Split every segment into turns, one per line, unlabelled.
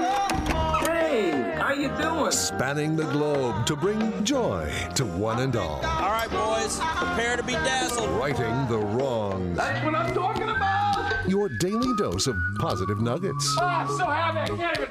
Hey, how you doing?
Spanning the globe to bring joy to one and all.
All right, boys, prepare to be dazzled.
Righting the wrongs.
That's what I'm talking about.
Your daily dose of positive nuggets.
Oh, I'm so happy I can't even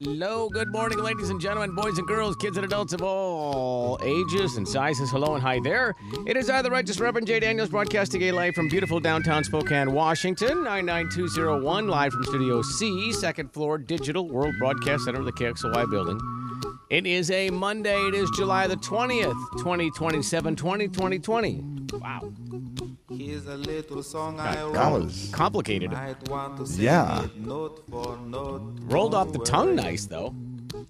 Hello, good morning, ladies and gentlemen, boys and girls, kids and adults of all ages and sizes. Hello and hi there. It is I, the Righteous Reverend Jay Daniels, broadcasting a live from beautiful downtown Spokane, Washington, 99201, live from Studio C, second floor, Digital World Broadcast Center of the KXOY building. It is a Monday. It is July the 20th, 2027, 2020. Wow.
Here's a little song I
That
wrote.
was
Complicated.
Might want to sing
Yeah.
it note for note.
Rolled off the
Don't
tongue
worry.
nice, though.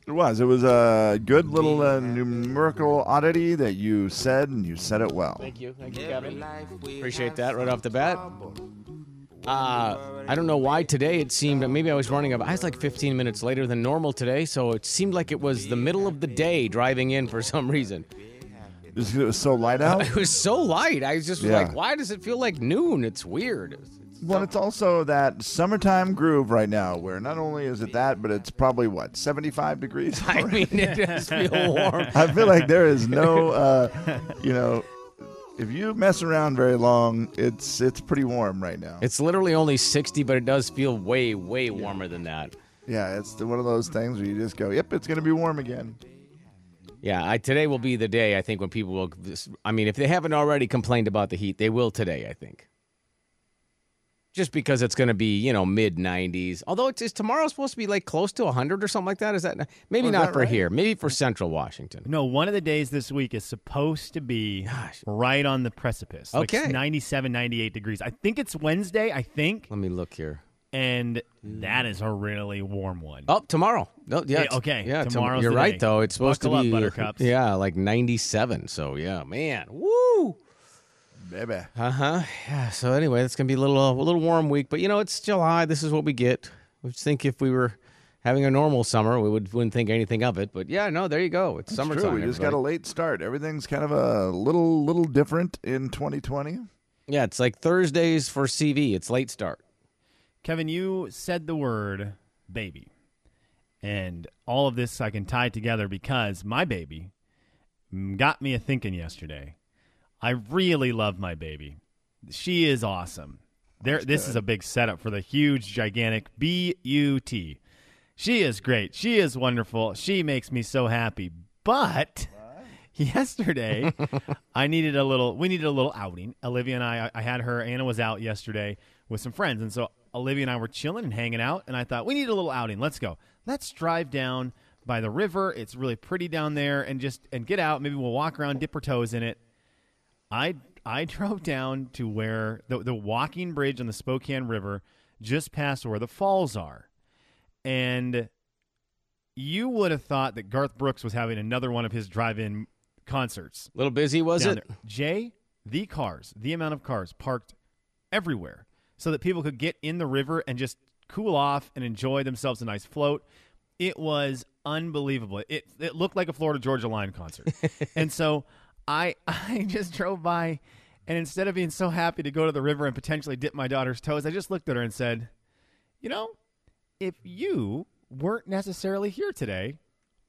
it. Was it was a good little uh, numerical oddity that you said, and you said it well.
Thank you. Thank you,
Every
Kevin.
life we
Appreciate
have
that right
some
off the bat.
trouble.
Uh, I don't know why today it seemed, maybe I was running up. I was like 15 minutes later than normal today, so it seemed like it was the middle of the day driving in for some reason.
Just 'cause it was so light out.
It was so light. I was just
Yeah.
like, why does it feel like noon? It's weird.
Well, it's also that summertime groove right now, where not only is it that, but it's probably what 75 degrees.
I mean, it does feel warm.
I feel like there is no, uh, you know, if you mess around very long, it's it's pretty warm right now.
It's literally only 60, but it does feel way, way warmer than that.
yeah, it's the- one of those things where you just go, "Yep, it's gonna be warm again."
Yeah, I, today will be the day I think when people will. This, I mean, if they haven't already complained about the heat, they will today. I think. Just because it's going to be you know mid 90s, although it's is tomorrow supposed to be like close to 100 or something like that. Is that maybe
Oh, is
not
that
for
right?
here, maybe for Central Washington.
No, one of the days this week is supposed to be right on the precipice.
Okay.
Like 97, 98 degrees. I think it's Wednesday, I think.
Let me look here.
And that is a really warm one.
Oh, tomorrow. No, yeah,
Yeah,
it's-
okay,
Yeah, tom-
tomorrow's
You're
the
right
day.
though. It's supposed
Buckle
to
up,
be
buttercups.
Yeah, like 97. So yeah, man. Woo.
Baby.
Uh huh. Yeah. So anyway, it's gonna be a little uh, a little warm week, but you know it's July. This is what we get. We just think if we were having a normal summer, we would wouldn't think anything of it. But yeah, no, there you go. It's
It's
summertime.
True, we just got a
everybody.
late start. Everything's kind of a little little different in 2020.
yeah. It's like Thursdays for CV. It's late start.
Kevin, you said the word baby. And all of this I can tie together because my baby mm, got me a thinking yesterday. I really love my baby. She is awesome. There this is a big setup for the huge gigantic BUT. She is great. She is wonderful. She makes me so happy. But yesterday i needed a little we needed a little outing olivia and i i had her anna was out yesterday with some friends and so olivia and i were chilling and hanging out and i thought we need a little outing let's go let's drive down by the river it's really pretty down there and just and get out maybe we'll walk around dip our toes in it I I drove down to where the the walking bridge on the Spokane River, just past where the falls are, and you would have thought that Garth Brooks was having another one of his drive-in concerts.
A little busy, was
down
it?
there. Jay? The cars, the amount of cars parked everywhere, so that people could get in the river and just cool off and enjoy themselves a nice float. It was unbelievable. It it looked like a Florida Georgia Line concert, and so I I just drove by, and instead of being so happy to go to the river and potentially dip my daughter's toes, I just looked at her and said, "You know, if you weren't necessarily here today."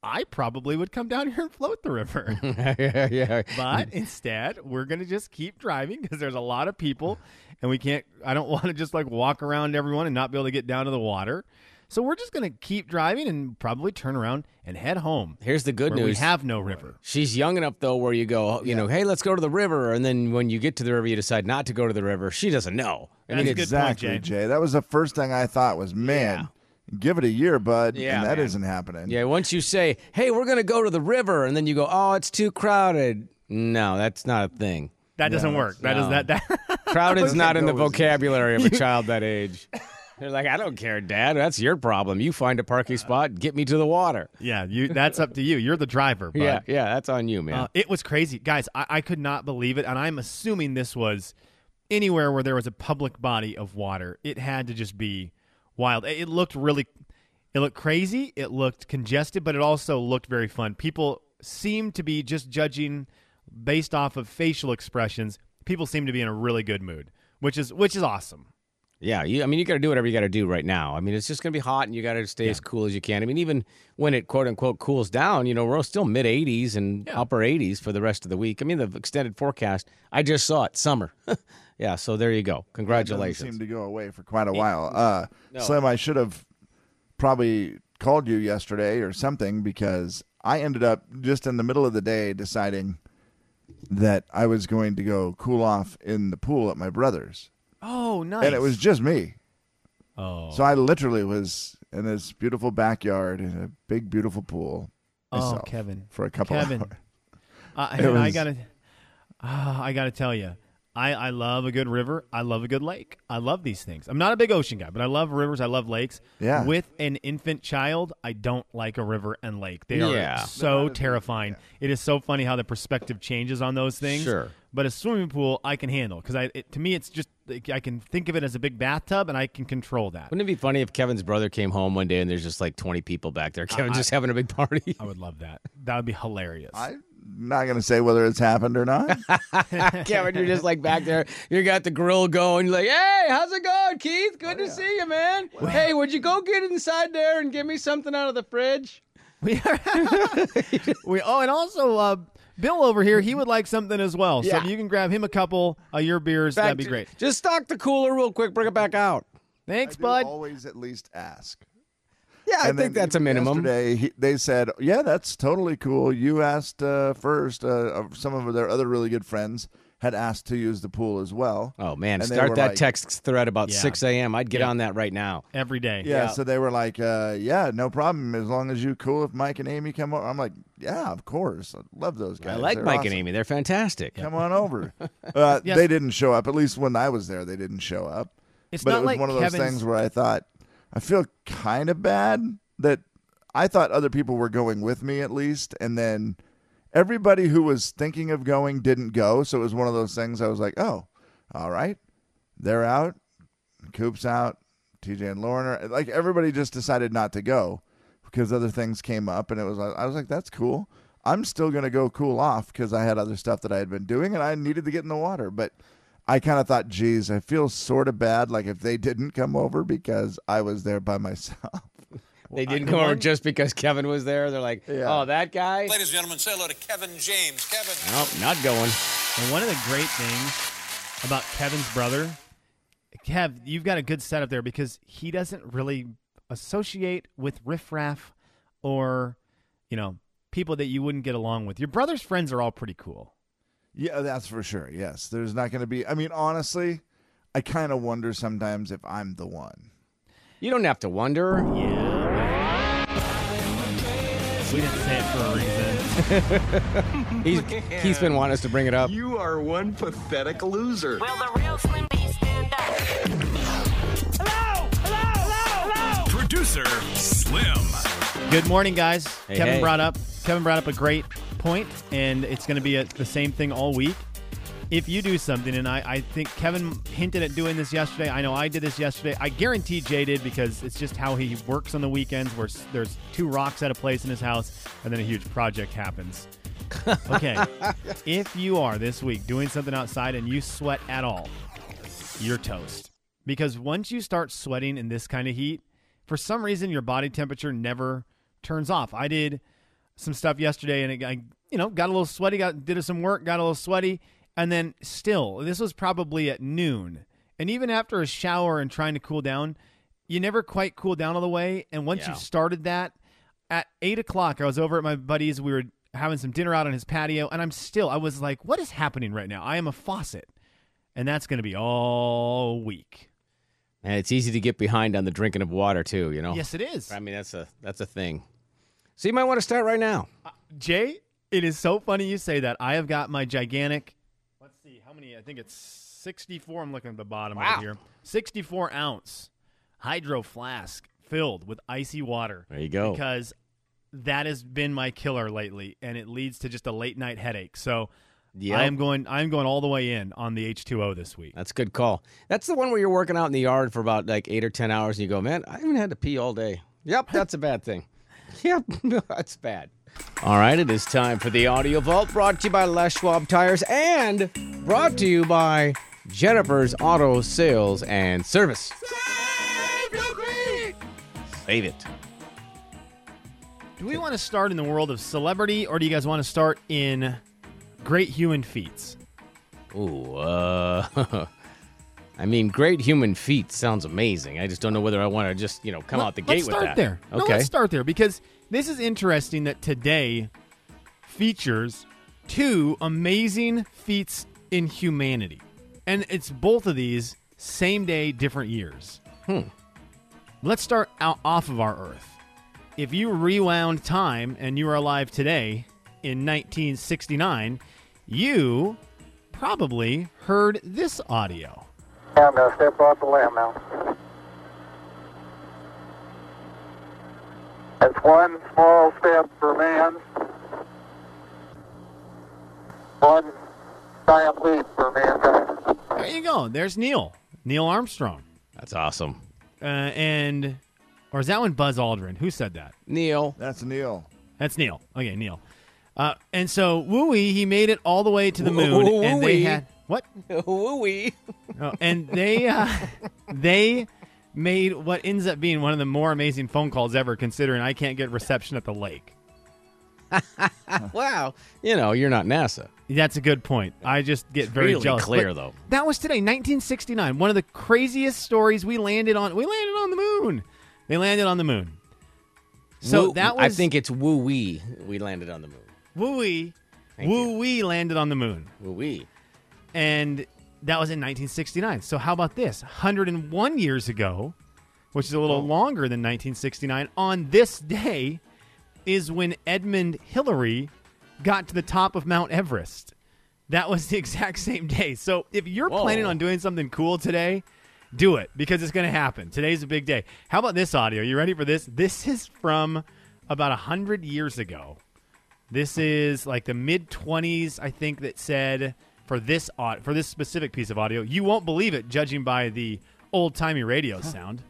I probably would come down here and float the river.
yeah, yeah.
But instead, we're going to just keep driving because there's a lot of people and we can't, I don't want to just like walk around everyone and not be able to get down to the water. So we're just going to keep driving and probably turn around and head home.
Here's the good
where
news.
We have no river.
She's young enough though, where you go, you know, hey, let's go to the river, and then when you get to the river, you decide not to go to the river. She doesn't know. I mean,
That's
it's-
good point,
Exactly,
Jay.
Jay. That was the first thing I thought was, man, give it a year, bud.
Yeah,
and that
man.
not happening.
Yeah, once you say, "Hey, we're gonna go to the river," and then you go, "Oh, it's too crowded." No, that's not a thing.
That doesn't work. That is
no.
that, that
Crowded's not in the
That was-
vocabulary of a child that age. They're like, I don't care, Dad. That's your problem. You find a parking
Uh,
spot, get me to the water.
Yeah, you. That's up to you. You're the driver. Bud.
yeah, yeah, that's on you, man.
Uh, it was crazy, guys. I, I could not believe it, and I'm assuming this was anywhere where there was a public body of water. It had to just be wild. It, it looked really, it looked crazy. It looked congested, but it also looked very fun. People seemed to be just judging based off of facial expressions. People seem to be in a really good mood, which is which is awesome.
yeah, you, I mean, you got to do whatever you got to do right now. I mean, it's just going to be hot, and you got to stay as cool as you can. I mean, even when it quote unquote cools down, you know, we're still mid 80s and upper 80s for the rest of the week. I mean, the extended forecast, I just saw it, summer. yeah, so there you go.
Doesn't
Congratulations.
seem to go away for quite a while. Uh, Slim, I should have probably called you yesterday or something because I ended up just in the middle of the day deciding that I was going to go cool off in the pool at my brother's,
Oh, nice.
and it was just me.
oh,
So I literally was in this beautiful backyard in a big, beautiful pool.
oh,
myself
Kevin.
for a couple
Kevin.
hours.
Uh,
It
I
was-
gotta, uh, I gotta tell you, I I love a good river. I love a good lake. I love these things. I'm not a big ocean guy, but I love rivers. I love lakes.
Yeah.
With an infant child, I don't like a river and lake. They are
Yeah.
so terrifying. It is so funny how the perspective changes on those things.
Sure.
But a swimming pool, I can handle because I it, to me it's just like, I can think of it as a big bathtub and I can control that.
Wouldn't it be funny if Kevin's brother came home one day and there's just like 20 people back there? Kevin's just having a big party.
I would love that. That would be hilarious.
I'm not going to say whether it's happened or not.
Kevin, you're just like back there. You got the grill going. You're like, hey, how's it going, Keith? Good
Oh,
to see you, man. Hey, would you go get inside there and give me something out of the fridge?
We are. we oh, and also uh, Bill over here, he would like something as well.
Yeah.
So if you can grab him a couple of your beers,
Back
that'd be
to-
great.
Just stock the cooler real quick. Bring it back out.
Thanks,
I do
bud.
always at least ask.
Yeah, I
And
think
then
that's a
even
minimum.
Yesterday, he, they said, "Yeah, that's totally cool." You asked uh, first. Uh, of- some of their other really good friends had asked to use the pool as well.
Oh, man.
And they
Start
were
that
like-
text thread about
Yeah.
6 a.m. I'd get on that right now.
Every day.
Yeah, so they were like, uh, "Yeah, no problem. As long as you cool, if Mike and Amy come over." I'm like, "Yeah, of course. I love those guys.
I like
They're
Mike
awesome.
and Amy. They're fantastic.
Come on over." Uh,
Yes.
They didn't show up. At least when I was there, they didn't show up.
It's
but
not
it was
like
one of those
Kevin's-
things where I thought I feel kind of bad that I thought other people were going with me at least, and then everybody who was thinking of going didn't go. So it was one of those things. I was like, oh, all right, they're out, Coop's out, TJ and Lauren are like everybody just decided not to go because other things came up, and it was like I was like, that's cool. I'm still gonna go cool off because I had other stuff that I had been doing, and I needed to get in the water, but. I kind of thought, geez, I feel sort of bad, like if they didn't come over because I was there by myself.
They didn't come over just because Kevin was there. They're like,
Yeah.
oh, that guy?
Ladies and gentlemen, say hello to Kevin James. Kevin.
Nope, not going.
And one of the great things about Kevin's brother, Kev, you've got a good setup there because he doesn't really associate with riffraff or, you know, people that you wouldn't get along with. Your brother's friends are all pretty cool.
Yeah, that's for sure. Yes, there's not going to be. I mean, honestly, I kind of wonder sometimes if I'm the one.
You don't have to wonder.
We didn't say it for a reason.
He's, Keith's been wanting us to bring it up.
You are one pathetic loser.
Will the real Slim B stand up? Hello! Hello! Hello! Hello!
Producer Slim.
Good morning, guys.
Hey,
Kevin
hey.
brought up Kevin brought up a great point, and it's going to be a, the same thing all week. If you do something, and I, I think Kevin hinted at doing this yesterday. I know I did this yesterday. I guarantee Jay did because it's just how he works on the weekends. Where s- there's two rocks at a place in his house, and then a huge project happens. Okay, if you are this week doing something outside and you sweat at all, you're toast. Because once you start sweating in this kind of heat, for some reason your body temperature never turns off. I did some stuff yesterday and it, I, you know, got a little sweaty, got did some work, got a little sweaty, and then still, this was probably at noon. And even after a shower and trying to cool down, you never quite cool down all the way. And once
Yeah.
you've started that, at eight o'clock, I was over at my buddy's. We were having some dinner out on his patio, and I'm still, I was like, what is happening right now? I am a faucet. And that's going to be all week.
And it's easy to get behind on the drinking of water too, you know.
Yes, it is.
I mean that's a that's a thing. So you might want to start right now.
Jay, it is so funny you say that. I have got my gigantic. Let's see how many. I think it's 64. I'm looking at the bottom right here. 64 ounce. hydro flask filled with icy water.
There you go.
Because that has been my killer lately, and it leads to just a late night headache. So
Yep.
I am going. I'm going all the way in on the H2O this week.
That's a good call. That's the one where you're working out in the yard for about like eight or 10 hours and you go, man, I haven't had to pee all day. Yep, that's a bad thing. Yep, that's bad. All right, it is time for the Audio Vault brought to you by Les Schwab Tires and brought to you by Jennifer's Auto Sales and Service. Save it.
Do we want to start in the world of celebrity, or do you guys want to start in great human feats?
Ooh, uh, I mean, great human feat sounds amazing. I just don't know whether I want to just, you know, come
Let-
out the
let's
gate with
start
that.
there. No,
Okay.
let's start there because this is interesting that today features two amazing feats in humanity. And it's both of these same day, different years.
Hmm.
Let's start out off of our Earth. If you rewound time and you are alive today in 1969, you probably heard this audio.
Yeah, I'm gonna step off the lamb now. That's one small step for man, one giant leap for mankind.
There you go. There's Neil. Neil Armstrong.
That's awesome.
Uh, and or is that one Buzz Aldrin? Who said that?
Neil.
That's Neil.
That's Neil. Okay, Neil. Uh, and so Wooey, he made it all the way to the moon, and
Wooey.
they had what?
Wooey.
Oh, and they uh, they made what ends up being one of the more amazing phone calls ever, considering I can't get reception at the lake.
wow. You know, you're not NASA.
That's a good point. I just get very
really
jealous.
clear,
But
though.
That was today, 1969. One of the craziest stories we landed on. We landed on the moon. They landed on the moon. So
Woo-
that was
I think it's woo wee. We landed on the moon.
Wooey.
Thank
Wooey landed on the moon.
Woo wee.
And that was in 1969. So how about this? 101 years ago, which is a little longer than 1969, on this day is when Edmund Hillary got to the top of Mount Everest. That was the exact same day. So if you're
Whoa.
planning on doing something cool today, do it because it's going to happen. Today's a big day. How about this audio? You ready for this? This is from about 100 years ago. This is like the mid 20s, I think, that said for this au- for this specific piece of audio, you won't believe it judging by the old timey radio sound.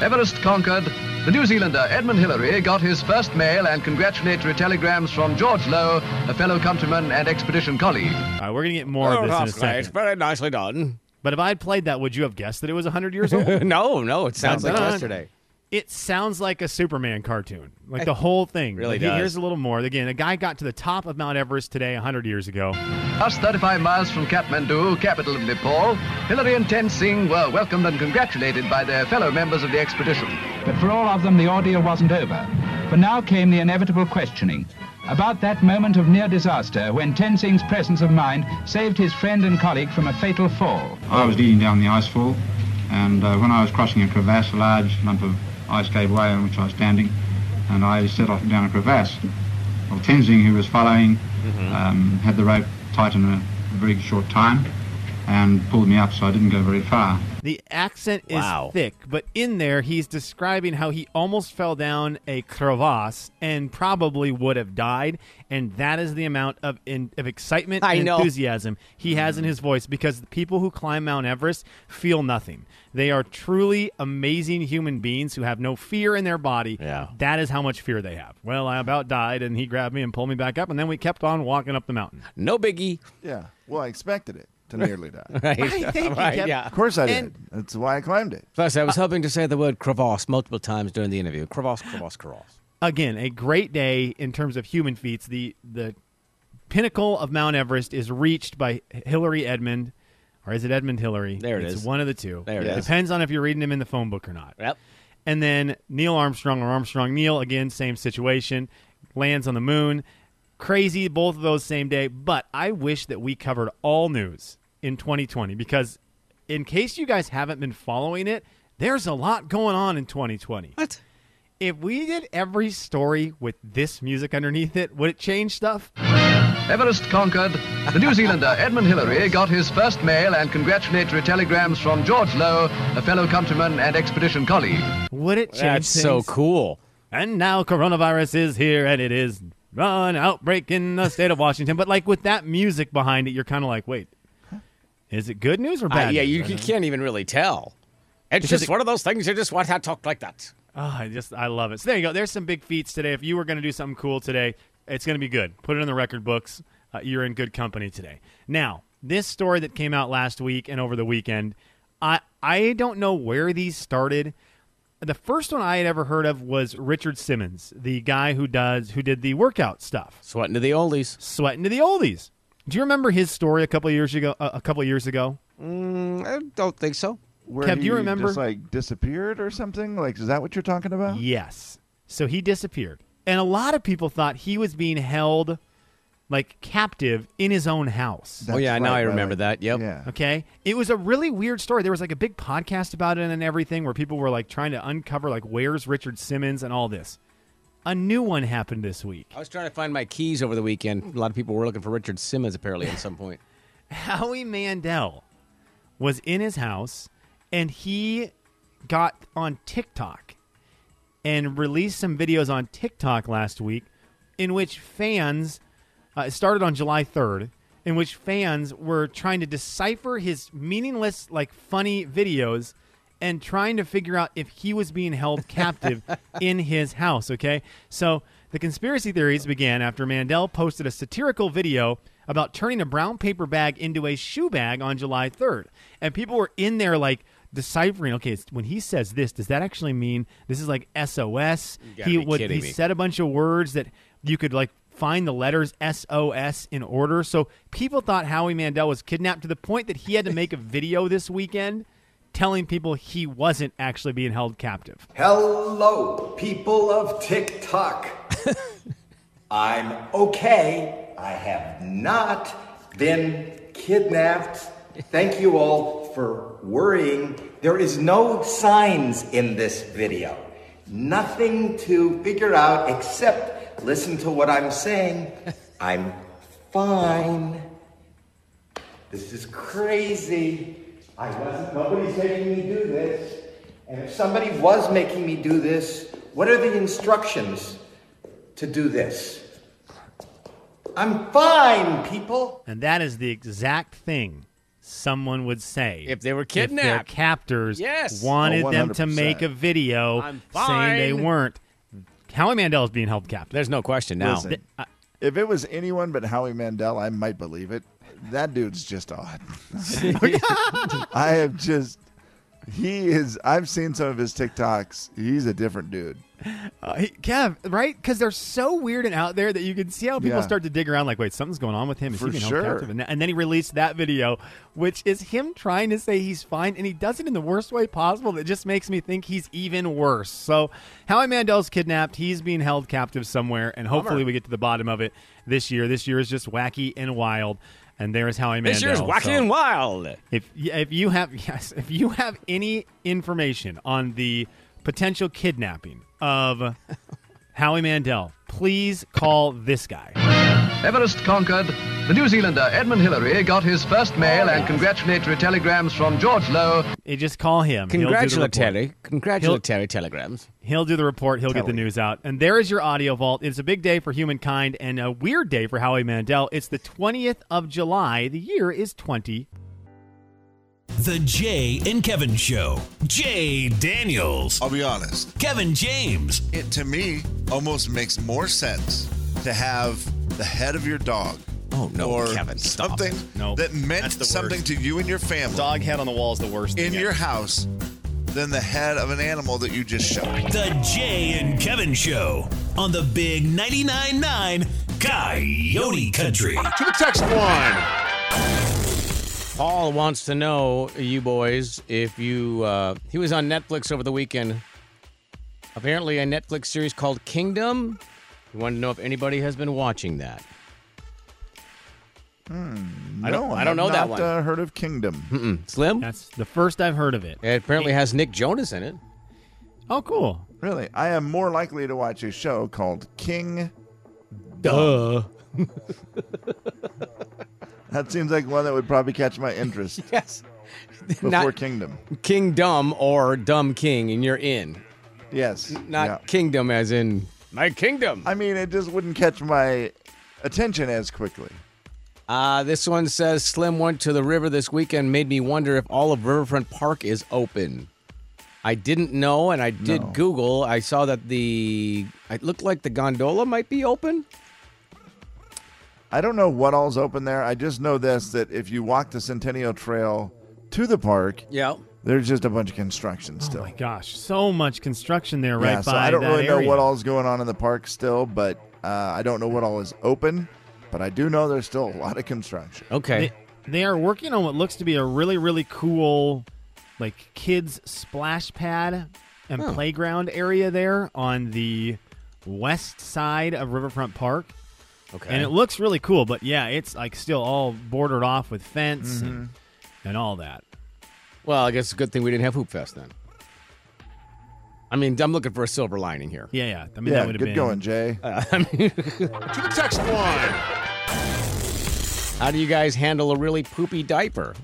Everest conquered, the New Zealander Edmund Hillary got his first mail and congratulatory telegrams from George Lowe, a fellow countryman and expedition colleague.
All right, Uh, we're gonna get more
Oh,
of this in a second.
very nicely done.
But if I had played that, would you have guessed that it was 100 years old?
no, no, it sounds like
Dun-dun.
yesterday.
It sounds like a Superman cartoon, like the whole thing.
Really
Like,
does.
Here's a little more. Again, a guy got to the top of Mount Everest today, 100 years ago.
Us 35 miles from Kathmandu, capital of Nepal, Hillary and Ten Singh were welcomed and congratulated by their fellow members of the expedition.
But for all of them, the ordeal wasn't over. For now came the inevitable questioning about that moment of near disaster when Tensingh's presence of mind saved his friend and colleague from a fatal fall.
I was leading down the icefall, and uh, when I was crossing a crevasse, a large lump of ice gave way on which I was standing, and I set off down a crevasse. Well, Tenzing, who was following,
Mm-hmm.
um, had the rope tight in a very short time and pulled me up, so I didn't go very far.
The accent
Wow.
is thick, but in there he's describing how he almost fell down a crevasse and probably would have died, and that is the amount of in, of excitement
I
and
know.
enthusiasm he has in his voice because the people who climb Mount Everest feel nothing. They are truly amazing human beings who have no fear in their body. Yeah. That is how much fear they have. Well, I about died and he grabbed me and pulled me back up and then we kept on walking up the mountain.
No biggie.
Yeah. Well, I expected it to nearly die.
Right. Right, thank you, Right, Kev. yeah.
Of course I did.
And-
That's why I climbed it.
Plus, I was hoping to say the word crevasse multiple times during the interview. Crevasse, crevasse, crevasse.
again a great day in terms of human feats the the pinnacle of mount everest is reached by hillary edmund or is it edmund hillary
There it
it's
is.
one of the two
There it is.
depends on if you're reading him in the phone book or not yep and then neil armstrong or armstrong neil again same situation lands on the moon crazy both of those same day but i wish that we covered all news in 2020 because in case you guys haven't been following it there's a lot going on in 2020
what
if we did every story with this music underneath it would it change stuff
Everest conquered, the New Zealander Edmund Hillary got his first mail and congratulatory telegrams from George Lowe, a fellow countryman and expedition colleague.
Would it change
That's so
cool.
And now coronavirus is here, and it is an outbreak in the state of Washington. But like with that music behind it, you're kind of like, wait, is it good news or
Uh,
bad?
yeah,
news
you,
right
you
now?
can't even really tell. It's
Because
just
it-
one of those things you just want to talk like that.
Oh, I just I love it. So there you go. There's some big feats today. If you were going to do something cool today, it's going to be good. Put it in the record books. Uh, you're in good company today. Now, this story that came out last week and over the weekend, I I don't know where these started. The first one I had ever heard of was Richard Simmons, the guy who does who did the workout stuff.
Sweating to the oldies.
Sweating to the oldies. Do you remember his story a couple of years ago? Uh, a couple of years ago.
Mm, I don't think so.
Where
Kev, do you
he
remember-
Just like disappeared or something. Like, is that what you're talking about?
Yes. So he disappeared. And a lot of people thought he was being held like captive in his own house.
oh yeah, now I remember that. Yep.
Okay. It was a really weird story. There was like a big podcast about it and everything where people were like trying to uncover like where's Richard Simmons and all this. A new one happened this week.
I was trying to find my keys over the weekend. A lot of people were looking for Richard Simmons apparently at some point.
Howie Mandel was in his house and he got on TikTok and released some videos on TikTok last week in which fans, uh, it started on July 3rd, in which fans were trying to decipher his meaningless, like funny videos and trying to figure out if he was being held captive in his house, okay? So the conspiracy theories began after Mandel posted a satirical video about turning a brown paper bag into a shoe bag on July 3rd. And people were in there like deciphering, okay, it's, when he says this, does that actually mean this is like SOS?
You gotta
He
be
would
kidding
he
me.
said a bunch of words that you could like find the letters SOS in order. So people thought Howie Mandel was kidnapped to the point that he had to make a video this weekend telling people he wasn't actually being held captive.
Hello, people of TikTok. I'm okay. I have not been kidnapped. Thank you all for worrying. There is no signs in this video. Nothing to figure out except listen to what I'm saying. I'm fine. This is crazy. I wasn't, nobody's making me do this. And if somebody was making me do this, what are the instructions to do this? I'm fine, people.
And that is the exact thing someone would say if
they were
their
kidnapped.
captors
Yes.
wanted
Oh,
them to
100%.
make a video
I'm
saying they
fine.
weren't. Howie Mandel is being held captive.
There's no question
Listen, if it was anyone but Howie Mandel, I might believe it. That dude's just odd. I have just. He is. I've seen some of his TikToks. He's a different dude.
Uh, he- Kev, right? Because they're so weird and out there that you can see how people
Yeah.
start to dig around. Like, wait, something's going on with him. Is
For
he being
sure.
held captive? And, and then he released that video, which is him trying to say he's fine, and he does it in the worst way possible. That just makes me think he's even worse. So, Howie Mandel's kidnapped. He's being held captive somewhere, and hopefully
Bummer.
we get to the bottom of it this year. This year is just wacky and wild. And there is Howie Mandel.
This year's wacky
So-
and wild.
if yeah, if you have yes, if you have any information on the potential kidnapping of Howie Mandel, please call this guy.
Everest conquered, the New Zealander Edmund Hillary got his first mail and congratulatory telegrams from George Lowe.
You just call him. He'll do the report.
Congratulatory, congratulatory telegrams.
He'll do the report. He'll get the
Telling.
news out. And there is your audio vault. It's a big day for humankind and a weird day for Howie Mandel. It's the 20th of July. The year is 20.
The Jay and Kevin Show. Jay Daniels.
I'll be honest.
Kevin James.
It to me almost makes more sense to have the head of your dog.
Oh
no,
or
Kevin, stop.
something
Oh, No,
that meant
that's the
something
worst.
to you and your family.
Dog head on the wall is the worst
in
thing
your
ever.
house than the head of an animal that you just shot.
The Jay and Kevin Show on the Big 99.9 9 Coyote Country.
To the text line. Paul wants to know, you boys, if you. Uh, he was on Netflix over the weekend. Apparently, a Netflix series called Kingdom. He wanted to know if anybody has been watching that.
Hmm,
I don't-
no,
I don't know
I've
that
not,
one.
Uh, heard of Kingdom?
Mm-mm. Slim?
That's the first I've heard of it.
It apparently has Nick Jonas in it.
Oh, cool.
Really, I am more likely to watch a show called King.
Duh.
That seems like one that would probably catch my interest.
yes.
Before
Not-
Kingdom.
King Dumb or Dumb King, and you're in.
Yes.
Not
yeah.
Kingdom as in my kingdom.
I mean, it just wouldn't catch my attention as quickly.
Uh, this one says Slim went to the river this weekend, made me wonder if all of Riverfront Park is open. I didn't know, and I did
No.
Google. I saw that the it looked like the gondola might be open.
I don't know what all's open there. I just know this that if you walk the Centennial Trail to the park,
Yeah.
there's just a bunch of construction still.
Oh My gosh, so much construction there right
yeah, so
by
I don't
that
really
area.
know what all's going on in the park still, but uh, I don't know what all is open. But I do know there's still a lot of construction.
Okay.
They, they are working on what looks to be a really, really cool, like kids splash pad and
Oh.
playground area there on the west side of Riverfront Park.
Okay.
And it looks really cool, but yeah, it's like still all bordered off with fence and,
Mm-hmm.
and all that.
well, I guess it's a good thing we didn't have Hoop Fest then. I mean, I'm looking for a silver lining here.
Yeah, yeah. I mean,
yeah,
that would have
good
been
going, Jay.
Uh, I mean,
To the text line.
how do you guys handle a really poopy diaper?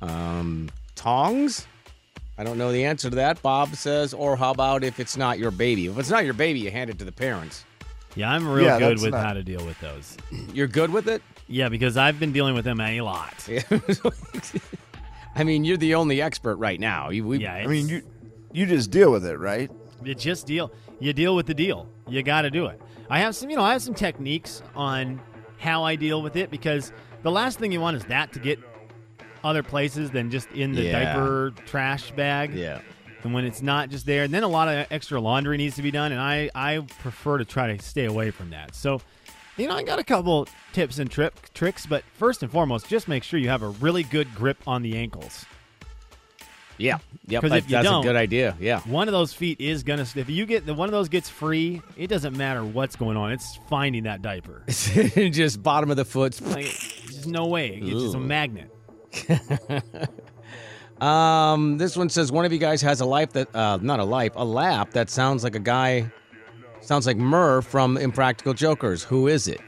Um, tongs? I don't know the answer to that. Bob says, or how about if it's not your baby? If it's not your baby, you hand it to the parents.
Yeah, I'm real
Yeah,
good
that's
with
not-
how to deal with those.
You're good with it?
Yeah, because I've been dealing with them a lot.
I mean, you're the only expert right now. You- we-
yeah,
I mean,
it's-
you you just deal with it, right?
You just deal. You deal with the deal. You got to do it. I have some, you know, I have some techniques on how I deal with it because the last thing you want is that to get other places than just in the
Yeah.
diaper trash bag.
Yeah.
And when it's not just there, and then a lot of extra laundry needs to be done, and I I prefer to try to stay away from that. So, you know, I got a couple tips and trip tricks, but first and foremost, just make sure you have a really good grip on the ankles.
Yeah. Yep,
'Cause
that-
if you
that's
don't-
a good idea. Yeah.
one of those feet is gonna. If you get the one of those gets free, it doesn't matter what's going on. It's finding that diaper.
Just bottom of the foot.
Like, there's just no way. It's just a
Ooh.
magnet.
Um, this one says one of you guys has a life that uh, not a life, a lap that sounds like a guy, sounds like Murr from Impractical Jokers. Who is it?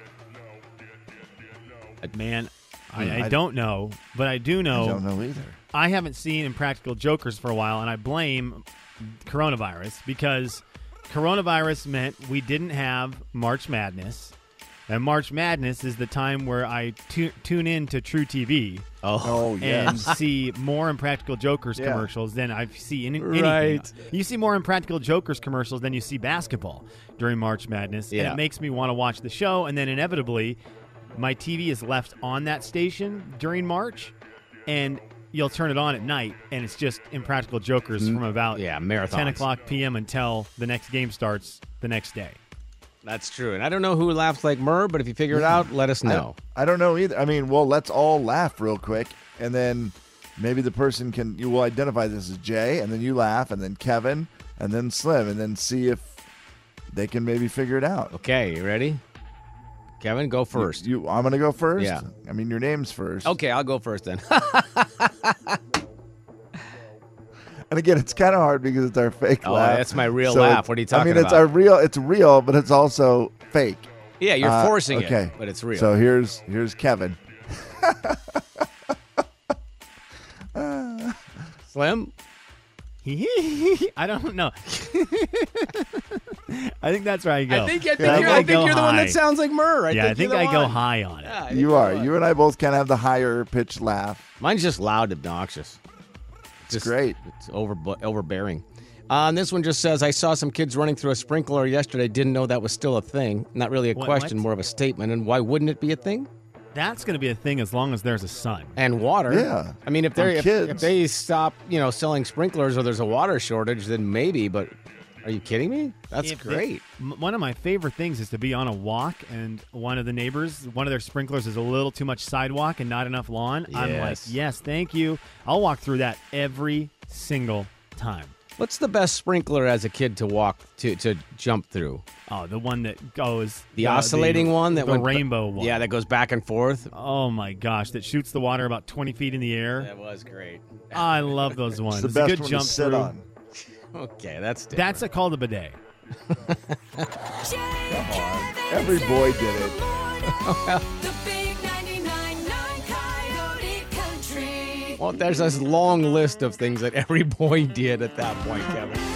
Man, I,
Hmm.
I
I-
don't know, but I do
I
Oh.
know.
don't know either.
I haven't seen Impractical Jokers for a while, and I blame coronavirus because coronavirus meant we didn't have March Madness. And March Madness is the time where I tu- tune in to True TV
Oh
and
yes.
see more Impractical Jokers
Yeah.
commercials than I see in anything.
Right.
You see more Impractical Jokers commercials than you see basketball during March Madness, and
Yeah.
it makes me want to watch the show. And then inevitably, my TV is left on that station during March, and you'll turn it on at night, and it's just Impractical Jokers from about
Mm-hmm. yeah, marathons.
10 o'clock p.m. until the next game starts the next day.
That's true. And I don't know who laughs like Murr, but if you figure it out, let us
I-
know.
I, don't know either. I mean, well, let's all laugh real quick, and then maybe the person can you will identify this as Jay, and then you laugh, and then Kevin, and then Slim, and then see if they can maybe figure it out.
Okay, you ready? Kevin, go first.
You, I'm gonna go first.
Yeah.
I mean, your name's first.
okay, I'll go first then.
And again, it's kind of hard because it's our fake
Oh,
laugh.
that's my real
it-
laugh. What are you talking
I mean, it's
about?
our real. It's real, but it's also fake.
yeah, you're
Uh,
forcing
okay.
it, but it's real.
So here's here's Kevin.
Slim,
I don't know. I think that's where I go.
I think I think,
Yeah,
you're,
I
I think
go
you're the one
high.
that sounds like Murr. I
yeah, I
think
think
you're
I
the
go
one.
high on it.
Yeah, I think
You
you're
are.
the one.
You and I both kind of have the higher pitch laugh.
Mine's just loud, obnoxious. Just
great.
It's over overbearing. Uh, and this one just says, "I saw some kids running through a sprinkler yesterday. Didn't know that was still a thing. Not really a
What-
question,
what?
more of a statement. And why wouldn't it be a thing?
That's going to be a thing as long as there's a sun.
And water.
Yeah.
I mean, if they
And
if,
kids.
if they stop, you know, selling sprinklers or there's a water shortage, then maybe. But are you kidding me? That's
If they-
great.
m- one of my favorite things is to be on a walk and one of the neighbors, one of their sprinklers is a little too much sidewalk and not enough lawn. I'm like,
Yes.
yes, thank you. I'll walk through that every single time.
What's the best sprinkler as a kid to walk to to jump through?
Oh, the one that goes
The
uh,
oscillating one that
the
went
rainbow one.
Yeah, that goes back and forth. Oh,
Oh my gosh, that shoots the water about 20 feet in the air.
was great.
I love those ones.
It's the
a
best
good
one
jump
to sit
through.
on.
Okay, that's different.
That's a call to bidet.
Come on. Every boy did it.
The big 99.9 Coyote Country.
Well, there's this long list of things that every boy did at that point, Kevin.